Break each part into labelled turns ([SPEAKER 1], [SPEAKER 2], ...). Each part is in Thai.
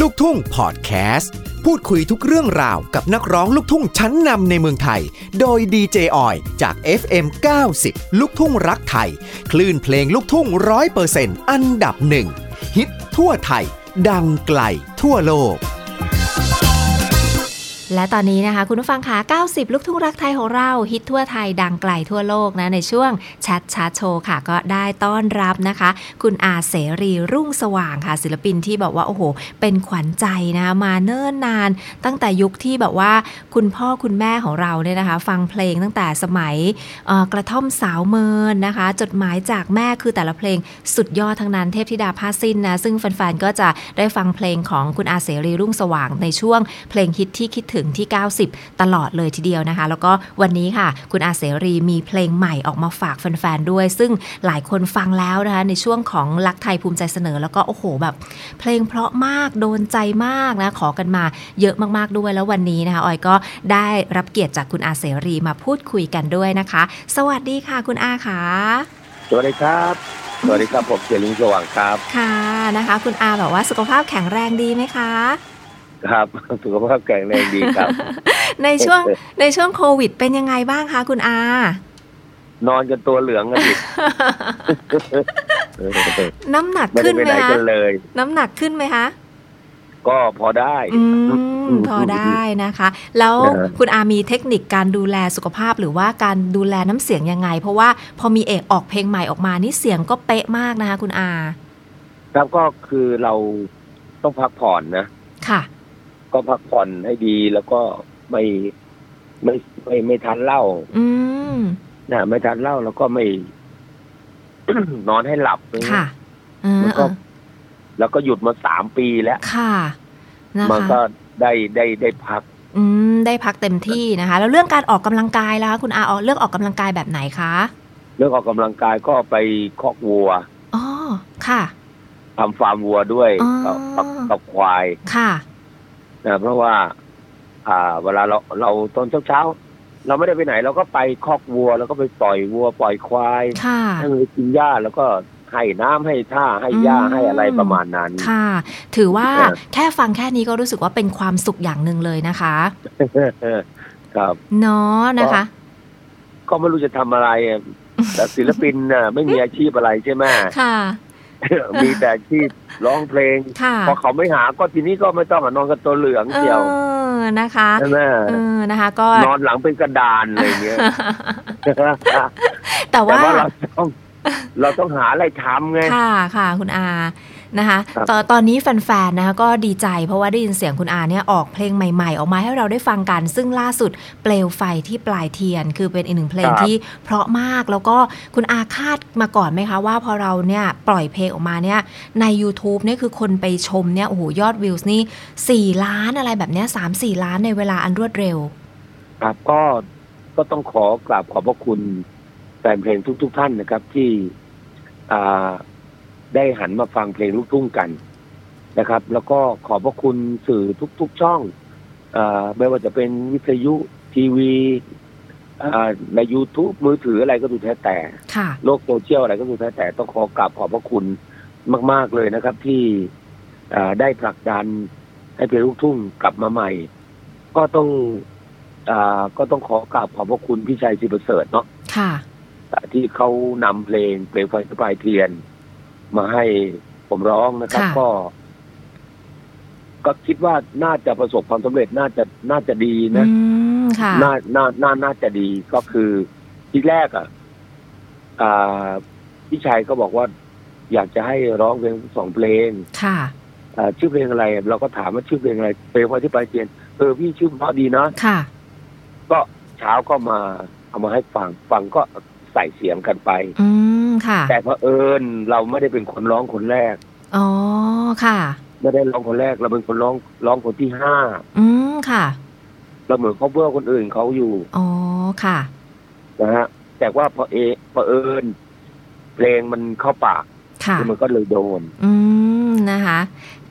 [SPEAKER 1] ลูกทุ่งพอดแคสต์ พูดคุยทุกเรื่องราวกับนักร้องลูกทุ่งชั้นนำในเมืองไทย โดยดีเจออยจาก FM 90 ลูกทุ่งรักไทย คลื่นเพลงลูกทุ่งร้อยเปอร์เซ็นต์อันดับหนึ่งฮิตทั่วไทย ดังไกลทั่วโลก
[SPEAKER 2] และตอนนี้นะคะ คุณผู้ฟังคะ90 ลูกทุ่งรักไทยของเรา ฮิตทั่วไทยดังไกลทั่วโลกนะ ในช่วงชัดชัดโชว์ค่ะ ก็ได้ต้อนรับนะคะ คุณอาเสรีรุ่งสว่างค่ะ ศิลปินที่บอกว่า โอ้โห เป็นขวัญใจนะคะมาเนิ่นนาน ตั้งแต่ยุคที่แบบว่า คุณพ่อคุณแม่ของเราเนี่ยนะคะ ฟังเพลงตั้งแต่สมัยเอ่อกระท่อมสาวเมินนะคะ จดหมายจากแม่คือแต่ละเพลงสุดยอดทั้งนั้นเทพธิดาผ้าสิ้นนะ ซึ่งแฟนๆก็จะได้ฟังเพลงของคุณอาเสรีรุ่งสว่างในช่วงเพลงฮิตที่คิดถึงที่ 90 ตลอดเลยทีเดียวนะคะ แล้วก็วันนี้ค่ะ คุณอาเสรีมีเพลงใหม่ออกมาฝากแฟนๆด้วย ซึ่งหลายคนฟังแล้วนะคะ ในช่วงของรักไทยภูมิใจเสนอแล้วก็โอ้โหแบบ เพลงเพราะมากโดนใจมากนะ ขอกันมาเยอะมากๆด้วยแล้ววันนี้นะคะออยก็ได้รับเกียรติจากคุณอาเสรีมาพูดคุยกันด้วยนะคะ สวัสดีค่ะ คุณอาค่ะ
[SPEAKER 3] สวัสดีครับ สวัสดีครับผมเจริญสว่างครับ
[SPEAKER 2] ค่ะนะคะ คุณอาแบบว่าสุขภาพแข็งแรงดีไหมคะ
[SPEAKER 3] ครับ สุขภาพแข็งแรงดีครับ
[SPEAKER 2] ในช่วงในช่วงโควิดเป็นยังไงบ้างคะคุณอา
[SPEAKER 3] นอนจนตัวเหลืองกันอีกเออ
[SPEAKER 2] น้ำหนัก
[SPEAKER 3] ไม่ได้
[SPEAKER 2] ขึ้น
[SPEAKER 3] ไป
[SPEAKER 2] ไหม
[SPEAKER 3] ไหน
[SPEAKER 2] คะ
[SPEAKER 3] กันเลย
[SPEAKER 2] น้ำหนักขึ้นไหมคะ
[SPEAKER 3] ก็พอได้
[SPEAKER 2] อืมพอได้นะคะ แล้ว
[SPEAKER 3] นะฮะ
[SPEAKER 2] คุณอามีเทคนิคการดูแลสุขภาพหรือว่าการดูแลน้ำเสียงยังไง เพราะว่าพอมีเอกออกเพลงใหม่ออกมานี่เสียงก็เป๊ะมากนะคะ คุณอา
[SPEAKER 3] ครับก็คือเราต้องพักผ่อนนะ
[SPEAKER 2] ค่ะ
[SPEAKER 3] ก็พักผ่อนให้ดีแล้วก็ไม่ไม่ไม่ไม่ทานเหล้า
[SPEAKER 2] อืม
[SPEAKER 3] นะไม่ทานเหล้าแล้วก็ไม่ นอนให้หลับนะ
[SPEAKER 2] ค่ะเออ
[SPEAKER 3] มันก็
[SPEAKER 2] เออ
[SPEAKER 3] แล้วก็หยุดมาสามปีแล้ว
[SPEAKER 2] ค่ะนะ
[SPEAKER 3] มันก็
[SPEAKER 2] คะ
[SPEAKER 3] ได้ได้ได้พัก
[SPEAKER 2] อืมได้พักเต็มที่นะคะ แล้วเรื่องการออกกำลังกายล่ะคะคุณอาออกเลือกออกกำลังกายแบบไหนคะ
[SPEAKER 3] เรื่องออกกำลังกายก็ไปคอกวัว
[SPEAKER 2] อ๋อค่ะ
[SPEAKER 3] ทำฟาร์มวัวด้วย
[SPEAKER 2] อ๋อ
[SPEAKER 3] กับกับกับควาย
[SPEAKER 2] ค่ะ
[SPEAKER 3] นะเพราะว่า อ่า เวลาเราเราตอนเช้าๆเราไม่ได้ไปไหน เราก็ไปคอกวัว แล้วก็ไปปล่อยวัว ปล่อยควาย
[SPEAKER 2] ค่ะ
[SPEAKER 3] ให้มันไปกินหญ้าแล้วก็ให้น้ำให้ท่าให้หญ้า
[SPEAKER 2] อืม
[SPEAKER 3] ให้อะไรประมาณนั้น
[SPEAKER 2] ค่ะ ถือว่า
[SPEAKER 3] เออ
[SPEAKER 2] แค่ฟังแค่นี้ก็รู้สึกว่าเป็นความสุขอย่างหนึ่งเลยนะคะ
[SPEAKER 3] ครับ
[SPEAKER 2] เนาะนะคะ
[SPEAKER 3] ก็ไม่รู้จะทำอะไรอะแต่ศิลปินน่ะไม่มีอาชีพอะไรใช่ไหม
[SPEAKER 2] ค่ะ
[SPEAKER 3] มีแต่อาชีพร้องเพลง
[SPEAKER 2] ค่ะ
[SPEAKER 3] พอเขาไม่หาก็ทีนี้ก็ไม่ต้องอะนอนกับตัวเหลือง
[SPEAKER 2] เอ
[SPEAKER 3] เดียว
[SPEAKER 2] อนะคะ
[SPEAKER 3] ใช่ไหม
[SPEAKER 2] เออนะคะก็
[SPEAKER 3] นอนหลังเป็นกระดานอะไรอย่างเงี้ย
[SPEAKER 2] แต่
[SPEAKER 3] แต่
[SPEAKER 2] ว่า
[SPEAKER 3] ว่าเราต้องเราต้องหาอะไรทำไง
[SPEAKER 2] ค่ะค่ะคุณอานะคะ
[SPEAKER 3] ครับ
[SPEAKER 2] ตอนตอนนี้แฟนๆนะคะก็ดีใจเพราะว่าได้ยินเสียงคุณอาเนี่ยออกเพลงใหม่ๆ ออกมาให้เราได้ฟังกัน ซึ่งล่าสุดเปลวไฟที่ปลายเทียน คือเป็นอีกหนึ่งเพลงที่เพราะมากแล้วก็คุณอาคาดมาก่อนไหมคะว่าพอเราเนี่ยปล่อยเพลงออกมาเนี่ยใน YouTube เนี่ยคือคนไปชมเนี่ยโอ้โหยอดวิวส์นี่ 4 ล้านอะไรแบบเนี้ยสามสี่ล้านในเวลาอันรวดเร็ว
[SPEAKER 3] ครับก็ก็ต้องขอกราบขอบพระคุณแฟนเพลงทุก ๆ ท่านนะครับ ที่อ่าได้หันมาฟังเพลงลูกทุ่งกันนะครับ แล้วก็ขอบพระคุณสื่อทุก ๆ ช่องอาไม่ว่าจะเป็นวิทยุทีวีอ่าใน YouTube มือถืออะไรก็ดูแท้แต่
[SPEAKER 2] ค่ะ
[SPEAKER 3] โลกโซเชียลอะไรก็ดูแท้แต่ต้องขอกราบขอบพระคุณมาก ๆ เลยนะครับ ที่เอ่อได้ผลักดันให้เพลงลูกทุ่งกลับมาใหม่ ก็ต้องเออก็ต้องขอกราบขอบพระคุณพี่ชัยสิบประเสริฐเนาะ
[SPEAKER 2] ค่ะ
[SPEAKER 3] ที่เขานำเพลงเพลงไฟสปลายเทียน มาให้ผมร้องนะครับ
[SPEAKER 2] ค่ะ
[SPEAKER 3] ก็ ก็คิดว่าน่าจะประสบความสำเร็จน่าจะน่าจะดีนะ
[SPEAKER 2] อืมค่ะ
[SPEAKER 3] น่า น่า น่า น่าจะดีก็คือที่แรกอ่ะอ่าพี่ชายก็บอกว่า อยากจะให้ร้องเพลงสองเพลง
[SPEAKER 2] ค่ะ
[SPEAKER 3] อ่าชื่อเพลงอะไร เราก็ถามว่าชื่อเพลงอะไรเพลงว่าที่ไปลายเทียนเออพี่ชื่อเพราะดีเนาะ
[SPEAKER 2] ค่ะ
[SPEAKER 3] ก็เช้าก็มาเอามาให้ฟังฟังก็ใส่เสียงกันไป
[SPEAKER 2] อืมค่ะ
[SPEAKER 3] แต่เผอิญเราไม่ได้เป็นคนร้องคนแรก
[SPEAKER 2] อ๋อ ค่ะ
[SPEAKER 3] ไม่ได้ร้องคนแรก เราเป็นคนร้องร้องคนที่ห้า
[SPEAKER 2] อืม ค่ะ
[SPEAKER 3] เราเหมือนคอบเวอร์คนอื่นเขาอยู่
[SPEAKER 2] อ๋อ ค่ะ
[SPEAKER 3] นะฮะแต่ว่าพอเอพอเผอิญเพลงมันเข้าปาก
[SPEAKER 2] ค่ะ
[SPEAKER 3] มันก็เลยโดน
[SPEAKER 2] อืม นะคะ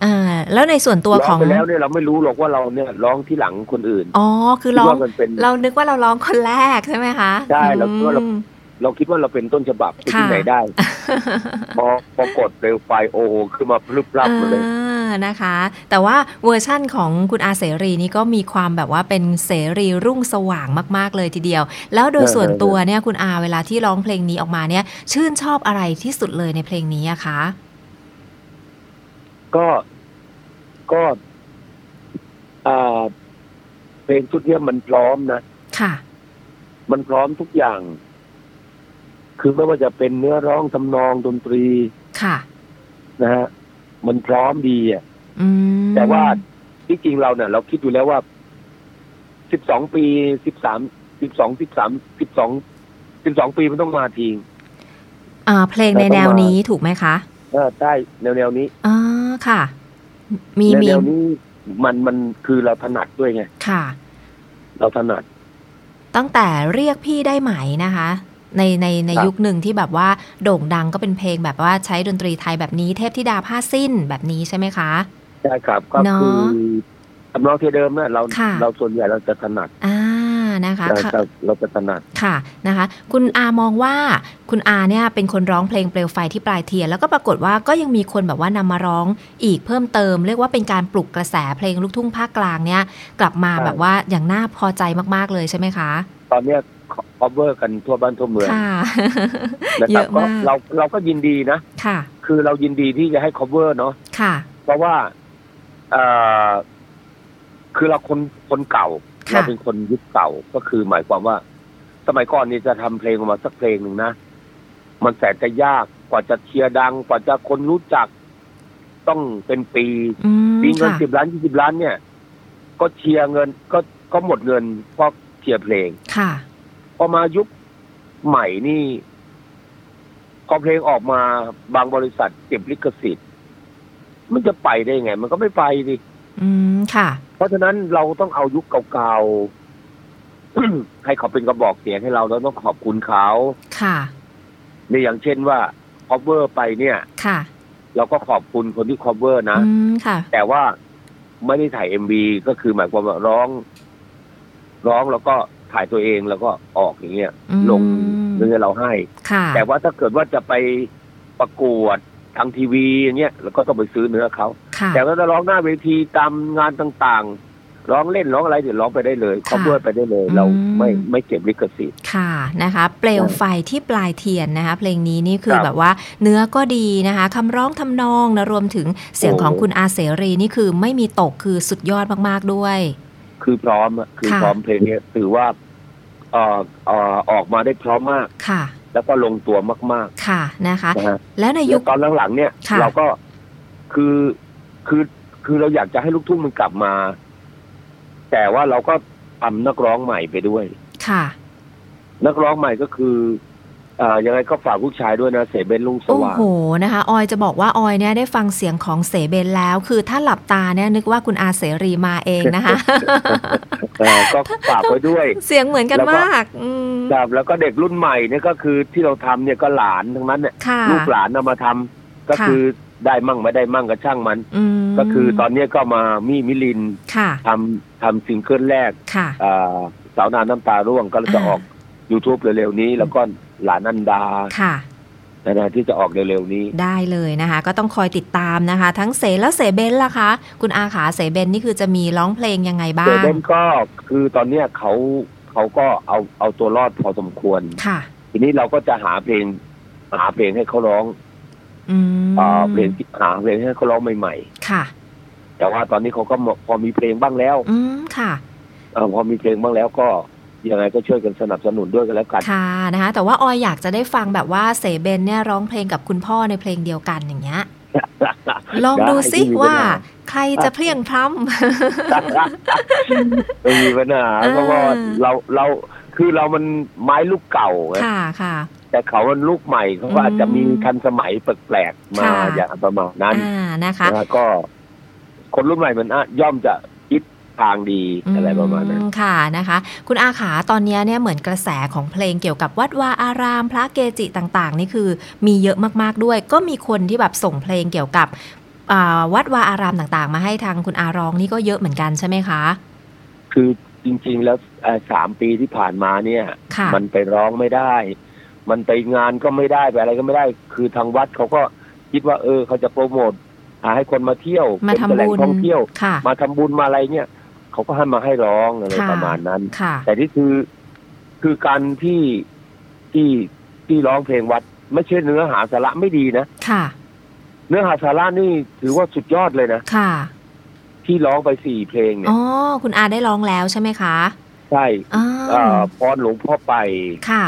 [SPEAKER 2] เอ่อ แล้วในส่วนตัว
[SPEAKER 3] ร้
[SPEAKER 2] ข
[SPEAKER 3] อ
[SPEAKER 2] อง ง
[SPEAKER 3] ไปแล้วเนี่ยเราไม่รู้หรอกว่าเราเนี่ยร้องที่หลังคนอื่น
[SPEAKER 2] อ๋อ คือ
[SPEAKER 3] คิด
[SPEAKER 2] ร้อง
[SPEAKER 3] ว่ามันเป็น
[SPEAKER 2] เรานึกว่าเราร้องคนแรกใช่ไหมคะ
[SPEAKER 3] ใช่เราคิดว่าเรา
[SPEAKER 2] อืม
[SPEAKER 3] เราคิดว่าเราเป็นต้นฉบับไปที่
[SPEAKER 2] ค่ะ
[SPEAKER 3] ไหนได้ พอพอกดเร็วไฟโอ้โหขึ้นมาพลึบพลับหมดเลย
[SPEAKER 2] อ่า นะคะ แต่ว่าเวอร์ชั่นของคุณอาเสรีนี่ก็มีความแบบว่าเป็นเสรีรุ่งสว่างมาก ๆ เลยทีเดียว แล้วโดย
[SPEAKER 3] ใช่
[SPEAKER 2] ส่วนตัวเนี่ยคุณอาเวลาที่ร้องเพลงนี้ออกมาเนี่ย ชื่นชอบอะไรที่สุดเลยในเพลงนี้อะคะ
[SPEAKER 3] ก็ก็อ่าเพลงชุดเนี้ยมันพร้อมนะ
[SPEAKER 2] ค่ะ
[SPEAKER 3] มันพร้อมทุกอย่าง คือไม่ว่าจะเป็นเนื้อร้องทำนองดนตรี
[SPEAKER 2] ค่ะ
[SPEAKER 3] นะฮะ มันพร้อมดีอ่ะ
[SPEAKER 2] อืม
[SPEAKER 3] แต่ว่าที่จริงเราเนี่ยเราคิดอยู่แล้วว่า 12 ปี 13 12 13 12 12 ปีมันต้องมาทีง
[SPEAKER 2] อ่าเพลงใน
[SPEAKER 3] แต่ต้องมา
[SPEAKER 2] แนวนี้ถูกไหมคะ
[SPEAKER 3] เออใช่แนวแนวๆนี้
[SPEAKER 2] อ่าค่ะ มี
[SPEAKER 3] แนว
[SPEAKER 2] มี
[SPEAKER 3] แนวนี้มันมันคือเราถนัดด้วยไง
[SPEAKER 2] ค่ะ
[SPEAKER 3] เราถนัด
[SPEAKER 2] ตั้งแต่เรียกพี่ได้ไหมนะคะ ในในใน
[SPEAKER 3] ครับ
[SPEAKER 2] ยุคหนึ่งที่แบบว่าโด่งดังก็เป็นเพลงแบบว่าใช้ดนตรีไทยแบบนี้เทพธิดาผ้าสิ้นแบบนี้ใช่ไหมคะ
[SPEAKER 3] ใช่ครับ ก็
[SPEAKER 2] เนอะ
[SPEAKER 3] คือทำนองที่เดิมเนี่ยเรา
[SPEAKER 2] ค่ะ
[SPEAKER 3] เราส่วนใหญ่เราจะถนัด
[SPEAKER 2] อ่านะคะ
[SPEAKER 3] เรา
[SPEAKER 2] ค่ะ
[SPEAKER 3] จะเราจะถนัด
[SPEAKER 2] ค่ะนะคะ คุณอามองว่าคุณอาเนี่ยเป็นคนร้องเพลงเปลวไฟที่ปลายเทียน แล้วก็ปรากฏว่าก็ยังมีคนแบบว่านำมาร้องอีกเพิ่มเติม เรียกว่าเป็นการปลุกกระแสเพลงลูกทุ่งภาคกลางเนี่ย กลับมา
[SPEAKER 3] ใช่
[SPEAKER 2] แบบว่าอย่างน่าพอใจมากๆเลยใช่ไหมคะ
[SPEAKER 3] ตอนเนี้ย cover กันทั่วบ้านทั่วเมือง
[SPEAKER 2] ค่ะ
[SPEAKER 3] นะ
[SPEAKER 2] เย
[SPEAKER 3] ครับ
[SPEAKER 2] อะ
[SPEAKER 3] ก็
[SPEAKER 2] มาก
[SPEAKER 3] เราเราก็ยินดีนะ
[SPEAKER 2] ค่ะ
[SPEAKER 3] คือเรายินดีที่จะให้ cover เนาะ
[SPEAKER 2] ค่ะ
[SPEAKER 3] เพราะว่าเออคือเราคนคนเก่า
[SPEAKER 2] ค่ะ
[SPEAKER 3] เราเป็นคนยุคเก่าก็คือหมายความว่า สมัยก่อนนี่จะทำเพลงออกมาสักเพลงหนึ่งนะ มันแสนจะยากกว่าจะเชียร์ดัง กว่าจะคนรู้จัก ต้องเป็นปี
[SPEAKER 2] อืม
[SPEAKER 3] ปีเงิน
[SPEAKER 2] ค่ะ
[SPEAKER 3] สิบล้านยี่สิบล้านเนี่ย ก็เชียร์เงินก็ก็หมดเงินเพราะเชียร์เพลง
[SPEAKER 2] ค่ะ
[SPEAKER 3] พอมายุคใหม่นี่พอเพลงออกมาบางบริษัทเก็บลิขสิทธิ์ มันจะไปได้ไง มันก็ไม่ไปดิ
[SPEAKER 2] อืมค่ะ
[SPEAKER 3] เพราะฉะนั้นเราต้องเอายุคเก่าๆ ให้เขาเป็นกระบอกเสียงให้เราแล้วต้องขอบคุณเขา
[SPEAKER 2] ค่ะ
[SPEAKER 3] ในอย่างเช่นว่า cover ไปเนี่ย
[SPEAKER 2] ค่ะ
[SPEAKER 3] เราก็ขอบคุณคนที่ cover นะ
[SPEAKER 2] อืม ค่ะ
[SPEAKER 3] แต่ว่าไม่ได้ถ่ายเอ็มบีก็คือหมายความว่าร้อง ร้องแล้วก็ถ่ายตัวเองแล้วก็ออกอย่างเงี้ย
[SPEAKER 2] อืม
[SPEAKER 3] ลงเนื้อเราให้
[SPEAKER 2] ค่ะ
[SPEAKER 3] แต่ว่าถ้าเกิดว่าจะไปประกวดทางทีวีอย่างเงี้ยเราก็ต้องไปซื้อเนื้อเขา
[SPEAKER 2] ค่ะ
[SPEAKER 3] แต่ก็จะร้องหน้าเวทีตามงานต่างๆ ร้องเล่นร้องอะไรเดี๋ยวร้องไปได้เลยคอมเวอร์ไปได้เลย
[SPEAKER 2] อืม
[SPEAKER 3] เราไม่ไม่เก็บลิขสิทธิ์
[SPEAKER 2] ค่ะ นะคะ เปลวไฟที่ปลายเทียนนะคะ เพลงนี้นี่คือ
[SPEAKER 3] ครับ
[SPEAKER 2] แบบว่าเนื้อก็ดีนะคะคำร้องทำนองนะ รวมถึงเสียง
[SPEAKER 3] โอ้
[SPEAKER 2] ของคุณอาเสรีนี่คือไม่มีตกคือสุดยอดมาก ๆ ด้วย
[SPEAKER 3] คือพร้อมอะคือ
[SPEAKER 2] ค่ะ
[SPEAKER 3] พร้อมเพลงเนี้ยถือว่าเอ่อเอ่อออกมาได้พร้อมมาก
[SPEAKER 2] ค่ะ
[SPEAKER 3] แล้วก็ลงตัวมาก
[SPEAKER 2] ค่ะ นะคะ
[SPEAKER 3] ๆนะฮะ
[SPEAKER 2] แล้วในยุ
[SPEAKER 3] แล้
[SPEAKER 2] ค
[SPEAKER 3] วตอนหลังๆเนี่ย
[SPEAKER 2] ค่ะ
[SPEAKER 3] เราก็คือคือคือเราอยากจะให้ลูกทุ่งมันกลับมา แต่ว่าเราก็ทำนักร้องใหม่ไปด้วย
[SPEAKER 2] ค่ะ
[SPEAKER 3] นักร้องใหม่ก็คือเอ่อยังไงก็ฝากลูกชายด้วยนะเสเบนลุงส
[SPEAKER 2] โอ้
[SPEAKER 3] ว่าง
[SPEAKER 2] โห นะคะ ออยจะบอกว่าออยเนี่ยได้ฟังเสียงของเสเบนแล้ว คือถ้าหลับตาเนี่ยนึกว่าคุณอาเสรีมาเองนะคะ
[SPEAKER 3] เอ่อก็ฝากไว้ด้วย
[SPEAKER 2] เสียงเหมือนกัน
[SPEAKER 3] แล้วก็
[SPEAKER 2] มาก อืม
[SPEAKER 3] ครับแล้วก็เด็กรุ่นใหม่เนี่ยก็คือที่เราทำเนี่ยก็หลานทั้งนั้นเนี่ย
[SPEAKER 2] ค่ะ
[SPEAKER 3] ลูกหลานนามาทำก็
[SPEAKER 2] ค่ะ
[SPEAKER 3] คือได้มั่งไม่ได้มั่งก็ช่างมัน
[SPEAKER 2] อืม
[SPEAKER 3] ก็คือตอนเนี้ยก็มามี่มิลิน
[SPEAKER 2] ค่ะ
[SPEAKER 3] ทำทำซิงเกิลแรก
[SPEAKER 2] ค่ะ
[SPEAKER 3] เอ่อสาวนานน้ำตาร่วงก็จะ
[SPEAKER 2] อ่า
[SPEAKER 3] ออก YouTube เร็วๆนี้ แล้วก็หลานอันดา
[SPEAKER 2] ค่ะ
[SPEAKER 3] นะนะที่จะออกเร็วๆนี้
[SPEAKER 2] ได้เลยนะคะ ก็ต้องคอยติดตามนะคะ ทั้งเสแล้วเสเบนล่ะคะ คุณอาขาเสเบนนี่คือจะมีร้องเพลงยังไงบ้า
[SPEAKER 3] เจ
[SPEAKER 2] ง
[SPEAKER 3] เดนก็คือตอนเนี้ยเขาเขาก็เอาเอาตัวรอดพอสมควร
[SPEAKER 2] ค่ะ
[SPEAKER 3] ทีนี้เราก็จะหาเพลงหาเพลงให้เขาร้อง
[SPEAKER 2] อืม
[SPEAKER 3] เอ่อเพลงที่หาเพลงให้เขาร้องใหม่
[SPEAKER 2] ค่ะ
[SPEAKER 3] ๆ แต่ว่าตอนนี้เขาก็มพอมีเพลงบ้างแล้ว
[SPEAKER 2] อืมค่ะ
[SPEAKER 3] เอ่อพอมีเพลงบ้างแล้วก็ยังไงก็ช่วยกันสนับสนุนด้วยกั นแล้วกัน
[SPEAKER 2] ค่ะนะคะ แต่ว่าออยอยากจะได้ฟังแบบว่าเสเบนเนี่ยร้องเพลงกับคุณพ่อในเพลงเดียวกันอย่างเงี้ย ลองดูซิว่า ใครจะเพลียงพร้ำ
[SPEAKER 3] ไม่มีปัญหา
[SPEAKER 2] เออ
[SPEAKER 3] เพราะว่าเราเราคือเรามันไม้ลูกเก่าไง
[SPEAKER 2] ค่ะค่ะ
[SPEAKER 3] แต่เขามันลูกใหม่เขาก็อาจจะมีทันสมัยแปลกๆมา
[SPEAKER 2] ค่ะ
[SPEAKER 3] อย่างประมาณนั้น
[SPEAKER 2] อ่านะคะ
[SPEAKER 3] แล้วก็คนรุ่นใหม่มันอ่ะย่อมจะคิดทางดีอะไรประมาณนั้น
[SPEAKER 2] อืค่ะนะคะ คุณอาขาตอนเนี้ยเนี่ยเหมือนกระแสของเพลงเกี่ยวกับวัดวาอาราม พระเกจิต่างๆ นี่คือมีเยอะมากๆด้วย ก็มีคนที่แบบส่งเพลงเกี่ยวกับอ่าวัดวาอารามต่างๆ มาให้ทางคุณอาร้องนี่ก็เยอะเหมือนกันใช่ไหมคะ
[SPEAKER 3] คือจริง ๆ แล้วเอ่อสามปีที่ผ่านมาเนี่ย
[SPEAKER 2] ค่ะ
[SPEAKER 3] มันไปร้องไม่ได้ มันไปงานก็ไม่ได้ไปอะไรก็ไม่ได้ คือทางวัดเขาก็คิดว่า เออ เขาจะโปรโมท อ่าให้คนมาเที่ยว
[SPEAKER 2] มา
[SPEAKER 3] เป็น
[SPEAKER 2] ทำ
[SPEAKER 3] แหล่ง
[SPEAKER 2] บุญ
[SPEAKER 3] ท่องเที่ยว
[SPEAKER 2] ค่ะ
[SPEAKER 3] มาทำบุญมาอะไรเนี่ยเขาก็ให้มาให้ร้องอะไร
[SPEAKER 2] ค่ะ
[SPEAKER 3] ประมาณนั้น
[SPEAKER 2] ค่ะ
[SPEAKER 3] แต่นี่คือคือการที่ที่ที่ร้องเพลงวัด ไม่ใช่เนื้อหาสาระไม่ดีนะ
[SPEAKER 2] ค่ะ
[SPEAKER 3] เนื้อหาสาระนี่ถือว่าสุดยอดเลยนะ
[SPEAKER 2] ค่ะ
[SPEAKER 3] ที่ร้องไปสี่เพลงเนี่ย
[SPEAKER 2] อ๋อ คุณอาได้ร้องแล้วใช่ไหมคะ
[SPEAKER 3] ใช่
[SPEAKER 2] อ๋
[SPEAKER 3] เอ่
[SPEAKER 2] อ
[SPEAKER 3] อพรหลวงพ่อไป
[SPEAKER 2] ค่ะ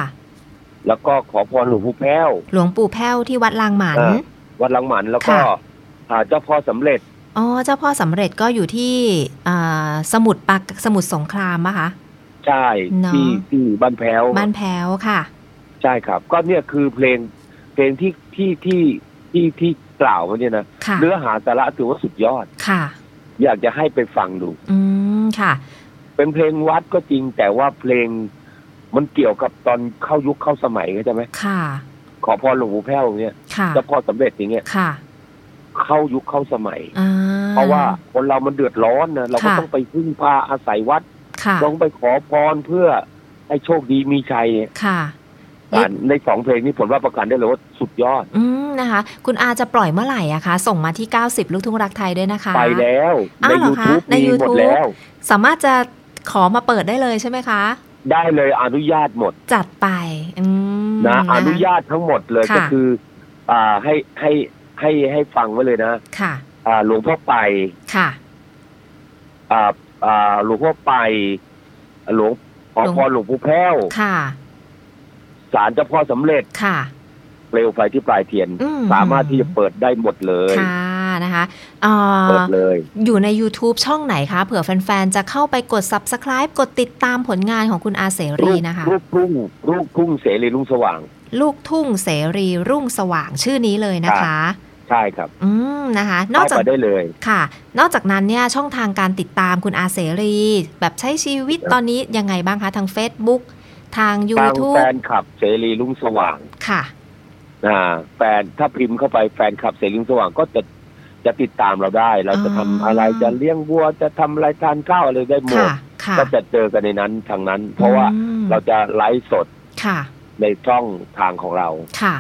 [SPEAKER 3] แล้วก็ขอพรหลวงพ่อแพ้ว
[SPEAKER 2] หลวงปู่แพ้วที่วัดลางหมัน
[SPEAKER 3] อ่า วัดลังหมันแล้วก็
[SPEAKER 2] ค่ะ
[SPEAKER 3] อ่าเจ้าพ่อสำเร็จ
[SPEAKER 2] อ๋อ เจ้าพ่อสำเร็จก็อยู่ที่อ่าสมุทรปรากสมุทรสงครามปะคะ
[SPEAKER 3] ใช่
[SPEAKER 2] เนอะ
[SPEAKER 3] ที่ที่บ้านแพ้ว
[SPEAKER 2] บ้านแพ้วค่ะ
[SPEAKER 3] ใช่ครับ ก็เนี่ยคือเพลงเพลงที่ที่ที่ที่ที่กล่าวเขาเนี่ยนะ
[SPEAKER 2] ค่ะ
[SPEAKER 3] เนื้อหาสาระถือว่าสุดยอด
[SPEAKER 2] ค่ะ
[SPEAKER 3] อยากจะให้ไปฟังดู
[SPEAKER 2] อืม ค่ะ
[SPEAKER 3] เป็นเพลงวัดก็จริง แต่ว่าเพลงมันเกี่ยวกับตอนเข้ายุคเข้าสมัยเข้าใจไหม
[SPEAKER 2] ค่ะ
[SPEAKER 3] ขอพรหลวงปู่แพ้วอย่างเนี่ย
[SPEAKER 2] ค่ะ
[SPEAKER 3] เจ้าพ่อสำเร็จอย่างเงี้ย
[SPEAKER 2] ค่ะ
[SPEAKER 3] เข้ายุคเข้าสมัย
[SPEAKER 2] อ่า
[SPEAKER 3] เพราะว่าคนเรามันเดือดร้อนนะเราก็
[SPEAKER 2] ค่ะ
[SPEAKER 3] ต้องไปพึ่งพาอาศัยวัด
[SPEAKER 2] ค่ะ
[SPEAKER 3] ต้องไปขอพรเพื่อให้โชคดีมีชัย
[SPEAKER 2] ค่ะ
[SPEAKER 3] อ่าน
[SPEAKER 2] และ
[SPEAKER 3] ในสองเพลงนี้ผลว่าประกันได้เลยว่าสุดยอด
[SPEAKER 2] อืม นะคะ คุณอาจะปล่อยเมื่อไหร่อะคะ ส่งมาที่ 90 ลูกทุ่งรักไทยด้วยนะคะ
[SPEAKER 3] ไปแล้ว
[SPEAKER 2] อ้าว
[SPEAKER 3] ใน
[SPEAKER 2] เหรอคะ
[SPEAKER 3] YouTube
[SPEAKER 2] ใน
[SPEAKER 3] มีหมด
[SPEAKER 2] YouTube
[SPEAKER 3] แล้ว
[SPEAKER 2] สามารถจะขอมาเปิดได้เลยใช่ไหมคะ
[SPEAKER 3] ได้เลยอนุญาตหมด
[SPEAKER 2] จัดไป อืม
[SPEAKER 3] นะ
[SPEAKER 2] ค
[SPEAKER 3] อนุญาตทั้งหมดเลย
[SPEAKER 2] ค่ะ
[SPEAKER 3] ก็คือ อ่าให้ให้ให้ให้ฟังไว้เลยนะ
[SPEAKER 2] ค่ะ
[SPEAKER 3] อ่าหลวงพ่อไป
[SPEAKER 2] ค่ะ
[SPEAKER 3] อ่าอ่าหลวงพ่อไปหลวงขอ
[SPEAKER 2] หลวง
[SPEAKER 3] พรหลวงปู่แพ้ว
[SPEAKER 2] ค่ะ
[SPEAKER 3] สารเจ้าพ่อสำเร็จ
[SPEAKER 2] ค่ะ
[SPEAKER 3] เปลวไฟที่ปลายเทียน
[SPEAKER 2] อืม
[SPEAKER 3] สามารถที่จะเปิดได้หมดเลย
[SPEAKER 2] ค่ะนะคะเอ่อ
[SPEAKER 3] เปิดเลย
[SPEAKER 2] อยู่ใน YouTube ช่องไหนคะเผื่อแฟน ๆ จะเข้าไปกด Subscribe กดติดตามผลงานของคุณอาเสรีนะคะ
[SPEAKER 3] รูปทุ่งรูปทุ่งเสรีรุ่งสว่าง
[SPEAKER 2] ลูกทุ่งเสรีรุ่งสว่างชื่อนี้เลยนะคะ
[SPEAKER 3] ใช่ครับ
[SPEAKER 2] อืมนะคะ น
[SPEAKER 3] เข้า
[SPEAKER 2] อกจาก
[SPEAKER 3] ไปได้เลย
[SPEAKER 2] ค่ะ นอกจากนั้นเนี่ยช่องทางการติดตามคุณอาเสรี แบบใช้ชีวิตตอนนี้ยังไงบ้างคะ ทาง Facebook ทาง
[SPEAKER 3] ทางแฟ
[SPEAKER 2] YouTube
[SPEAKER 3] นคลับเสรีรุ่งสว่าง
[SPEAKER 2] ค่ะ
[SPEAKER 3] อ่าแฟนถ้าพิมพ์เข้าไปแฟนคลับเสรีรุ่งสว่างก็จะจะติดตามเราได้ เราจะทำ
[SPEAKER 2] อ๋ออ
[SPEAKER 3] อะไรจะเลี้ยงวัวจะทำอะไรทานข้าวอะไรได้หมด
[SPEAKER 2] ค่ะค่ะ
[SPEAKER 3] ก็จะเจอกันในนั้นทางนั้น เพราะว่า
[SPEAKER 2] อืม
[SPEAKER 3] เราจะไลฟ์สด
[SPEAKER 2] ค่ะ
[SPEAKER 3] ในช่องทางของเรา
[SPEAKER 2] ค่ะ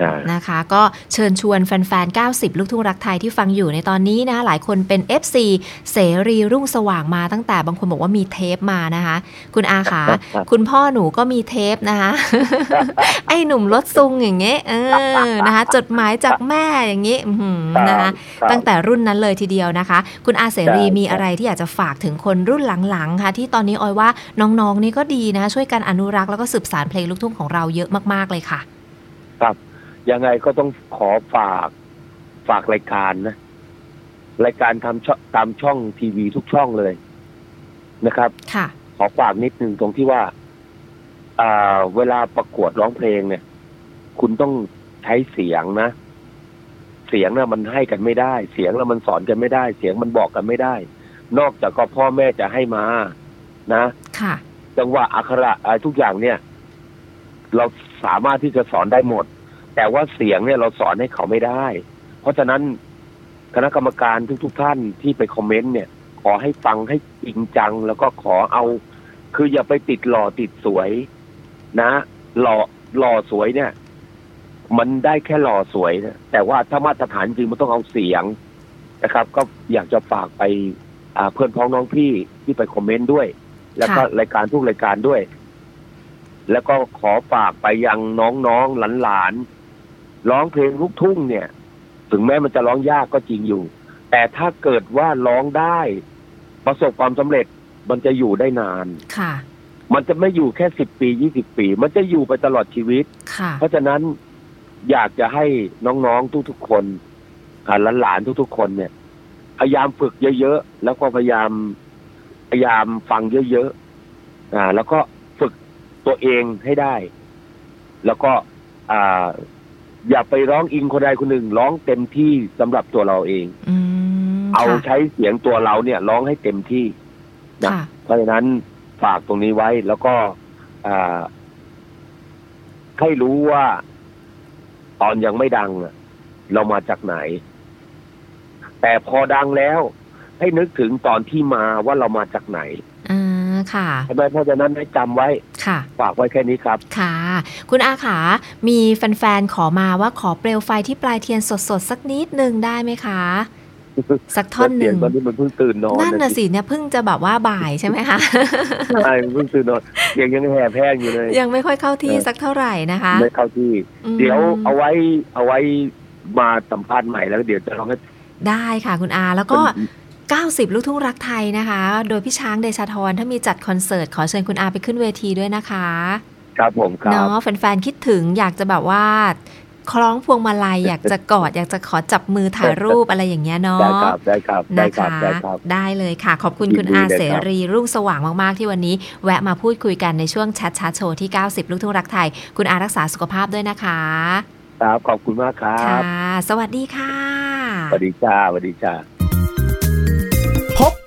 [SPEAKER 3] อ่า
[SPEAKER 2] นะคะก็เชิญชวนแฟนๆ 90 ลูกทุ่งรักไทยที่ฟังอยู่ในตอนนี้นะ หลายคนเป็น FC เสรีรุ่งสว่างมาตั้งแต่บางคนบอกว่ามีเทปมานะคะ คุณอาขา คุณพ่อหนูก็มีเทปนะคะ ไอ้หนุ่มรถซุงอย่างเงี้ยเออนะคะ จดหมายจากแม่อย่างงี้อื้อหือนะคะ
[SPEAKER 3] ครับ
[SPEAKER 2] ตั้งแต่รุ่นนั้นเลยทีเดียวนะคะ คุณอาเสรี
[SPEAKER 3] ใช่
[SPEAKER 2] มีอะไรที่อยากจะฝากถึงคนรุ่นหลังๆ ค่ะ ที่ตอนนี้ออยว่าน้องๆ นี่ก็ดีนะ ช่วยกันอนุรักษ์แล้วก็สืบสานเพลงลูกทุ่งของเราเยอะมากๆเลยค่ะ
[SPEAKER 3] ครับยังไงก็ต้องขอฝากฝากรายการนะ รายการทำช่องตามช่องทีวีทุกช่องเลยนะครับ
[SPEAKER 2] ค่ะ
[SPEAKER 3] ขอฝากนิดนึงตรงที่ว่าอ่า เวลาประกวดร้องเพลงเนี่ย คุณต้องใช้เสียงนะ เสียงนะมันให้กันไม่ได้ เสียงแล้วมันสอนกันไม่ได้ เสียงมันบอกกันไม่ได้ นอกจากก็พ่อแม่จะให้มา นะ
[SPEAKER 2] ค่ะ
[SPEAKER 3] จังหวะอักขระอะไรทุกอย่างเนี่ย เราสามารถที่จะสอนได้หมด แต่ว่าเสียงเนี่ยเราสอนให้เขาไม่ได้ เพราะฉะนั้นคณะกรรมการทุกๆท่านที่ไปคอมเมนต์เนี่ย ขอให้ฟังให้จริงจัง แล้วก็ขอเอา คืออย่าไปติดหล่อติดสวย นะหล่อหล่อสวยเนี่ย มันได้แค่หล่อสวยนะแต่ว่าถ้ามาตรฐานจริงมันต้องเอาเสียงนะครับ ก็อยากจะฝากไปอ่าเพื่อนพ้องน้องพี่ที่ไปคอมเมนต์ด้วย แล้วก็
[SPEAKER 2] ค่ะ
[SPEAKER 3] รายการทุกรายการด้วย แล้วก็ขอฝากไปยังน้องๆหลานๆร้องเพลงลูกทุ่งเนี่ย ถึงแม้มันจะร้องยากก็จริงอยู่ แต่ถ้าเกิดว่าร้องได้ ประสบความสำเร็จมันจะอยู่ได้นาน
[SPEAKER 2] ค่ะ
[SPEAKER 3] มันจะไม่อยู่แค่สิบปียี่สิบปี มันจะอยู่ไปตลอดชีวิต
[SPEAKER 2] ค่ะ
[SPEAKER 3] เพราะฉะนั้นอยากจะให้น้องๆทุกๆคนอ่าหลานๆทุกๆคนเนี่ย พยายามฝึกเยอะๆแล้วก็พยายามพยายามฟังเยอะๆอ่า แล้วก็ฝึกตัวเองให้ได้ แล้วก็อ่า อย่าไปร้องอิงคนใดคนหนึ่ง ร้องเต็มที่สำหรับตัวเราเอง
[SPEAKER 2] อืม
[SPEAKER 3] เอา
[SPEAKER 2] ค่ะ
[SPEAKER 3] ใช้เสียงตัวเราเนี่ย ร้องให้เต็มที่ นะ
[SPEAKER 2] ค่ะ
[SPEAKER 3] เพราะฉะนั้นฝากตรงนี้ไว้แล้วก็อ่าให้รู้ว่าตอนยังไม่ดังอะเรามาจากไหน แต่พอดังแล้ว ให้นึกถึงตอนที่มาว่าเรามาจากไหน
[SPEAKER 2] อ่า ค่ะ
[SPEAKER 3] ใช่ไหมเพราะฉะนั้นให้จำไว้
[SPEAKER 2] ค่ะ
[SPEAKER 3] ฝากไว้แค่นี้ครับ
[SPEAKER 2] ค่ะ คุณอาขา มีแฟนๆ ขอมาว่าขอเปลวไฟที่ปลายเทียนสดๆ สักนิดหนึ่งได้ไหมคะ สักท่อนห
[SPEAKER 3] เปลี่
[SPEAKER 2] นึ่
[SPEAKER 3] ย
[SPEAKER 2] ง
[SPEAKER 3] นตอนนี้มันเพิ่งตื่นนอน
[SPEAKER 2] นั่นน่ะสิเนี่ยเพิ่งจะแบบว่าบ่ายใช่ไหม คะ
[SPEAKER 3] ใช่มันเพิ่งตื่นนอนเสียงยังแหบแห้งอยู่เลย
[SPEAKER 2] ยังไม่ค่อยเข้าที่
[SPEAKER 3] เออ
[SPEAKER 2] สักเท่าไหร่นะคะ
[SPEAKER 3] ไม่เข้าที่
[SPEAKER 2] อืม
[SPEAKER 3] เดี๋ยวเอาไว้เอาไว้มาสัมภาษณ์ใหม่แล้วเดี๋ยวจะลองให้
[SPEAKER 2] ได้ค่ะคุณอาแล้ว
[SPEAKER 3] ค
[SPEAKER 2] ก็
[SPEAKER 3] น
[SPEAKER 2] 90 ลูกทุ่งรักไทยนะคะ โดยพี่ช้างเดชาธรถ้ามีจัดคอนเสิร์ต ขอเชิญคุณอาไปขึ้นเวทีด้วยนะคะ
[SPEAKER 3] ครับผมครับ
[SPEAKER 2] เนาะแฟนๆ คิดถึงอยากจะแบบว่า คล้องพวงมา ลัย อยากจะกอด อยากจะขอจับมือถ่ายรูปอะไรอย่างเงี้ยเนาะ
[SPEAKER 3] ได้ครับ ได้ครับ ได้
[SPEAKER 2] นะครับ คะ
[SPEAKER 3] ได้ครับ
[SPEAKER 2] ได้เลยค่ะ ขอบคุณ
[SPEAKER 3] ยินดี
[SPEAKER 2] คุณอา
[SPEAKER 3] เลยครับ
[SPEAKER 2] เสรีรุ่งสว่างมากๆ ที่วันนี้ แวะมาพูดคุยกันในช่วงชัดช้าโชว์ที่ 90 ลูกทุ่งรักไทย คุณอารักษาสุขภาพด้วยนะคะ
[SPEAKER 3] ครับ ขอบคุณมากครั
[SPEAKER 2] ค่ะ
[SPEAKER 3] บ
[SPEAKER 2] สวัสดีค่ะ
[SPEAKER 3] สวัสดีจ้าสวัสดีจ้า
[SPEAKER 1] พบ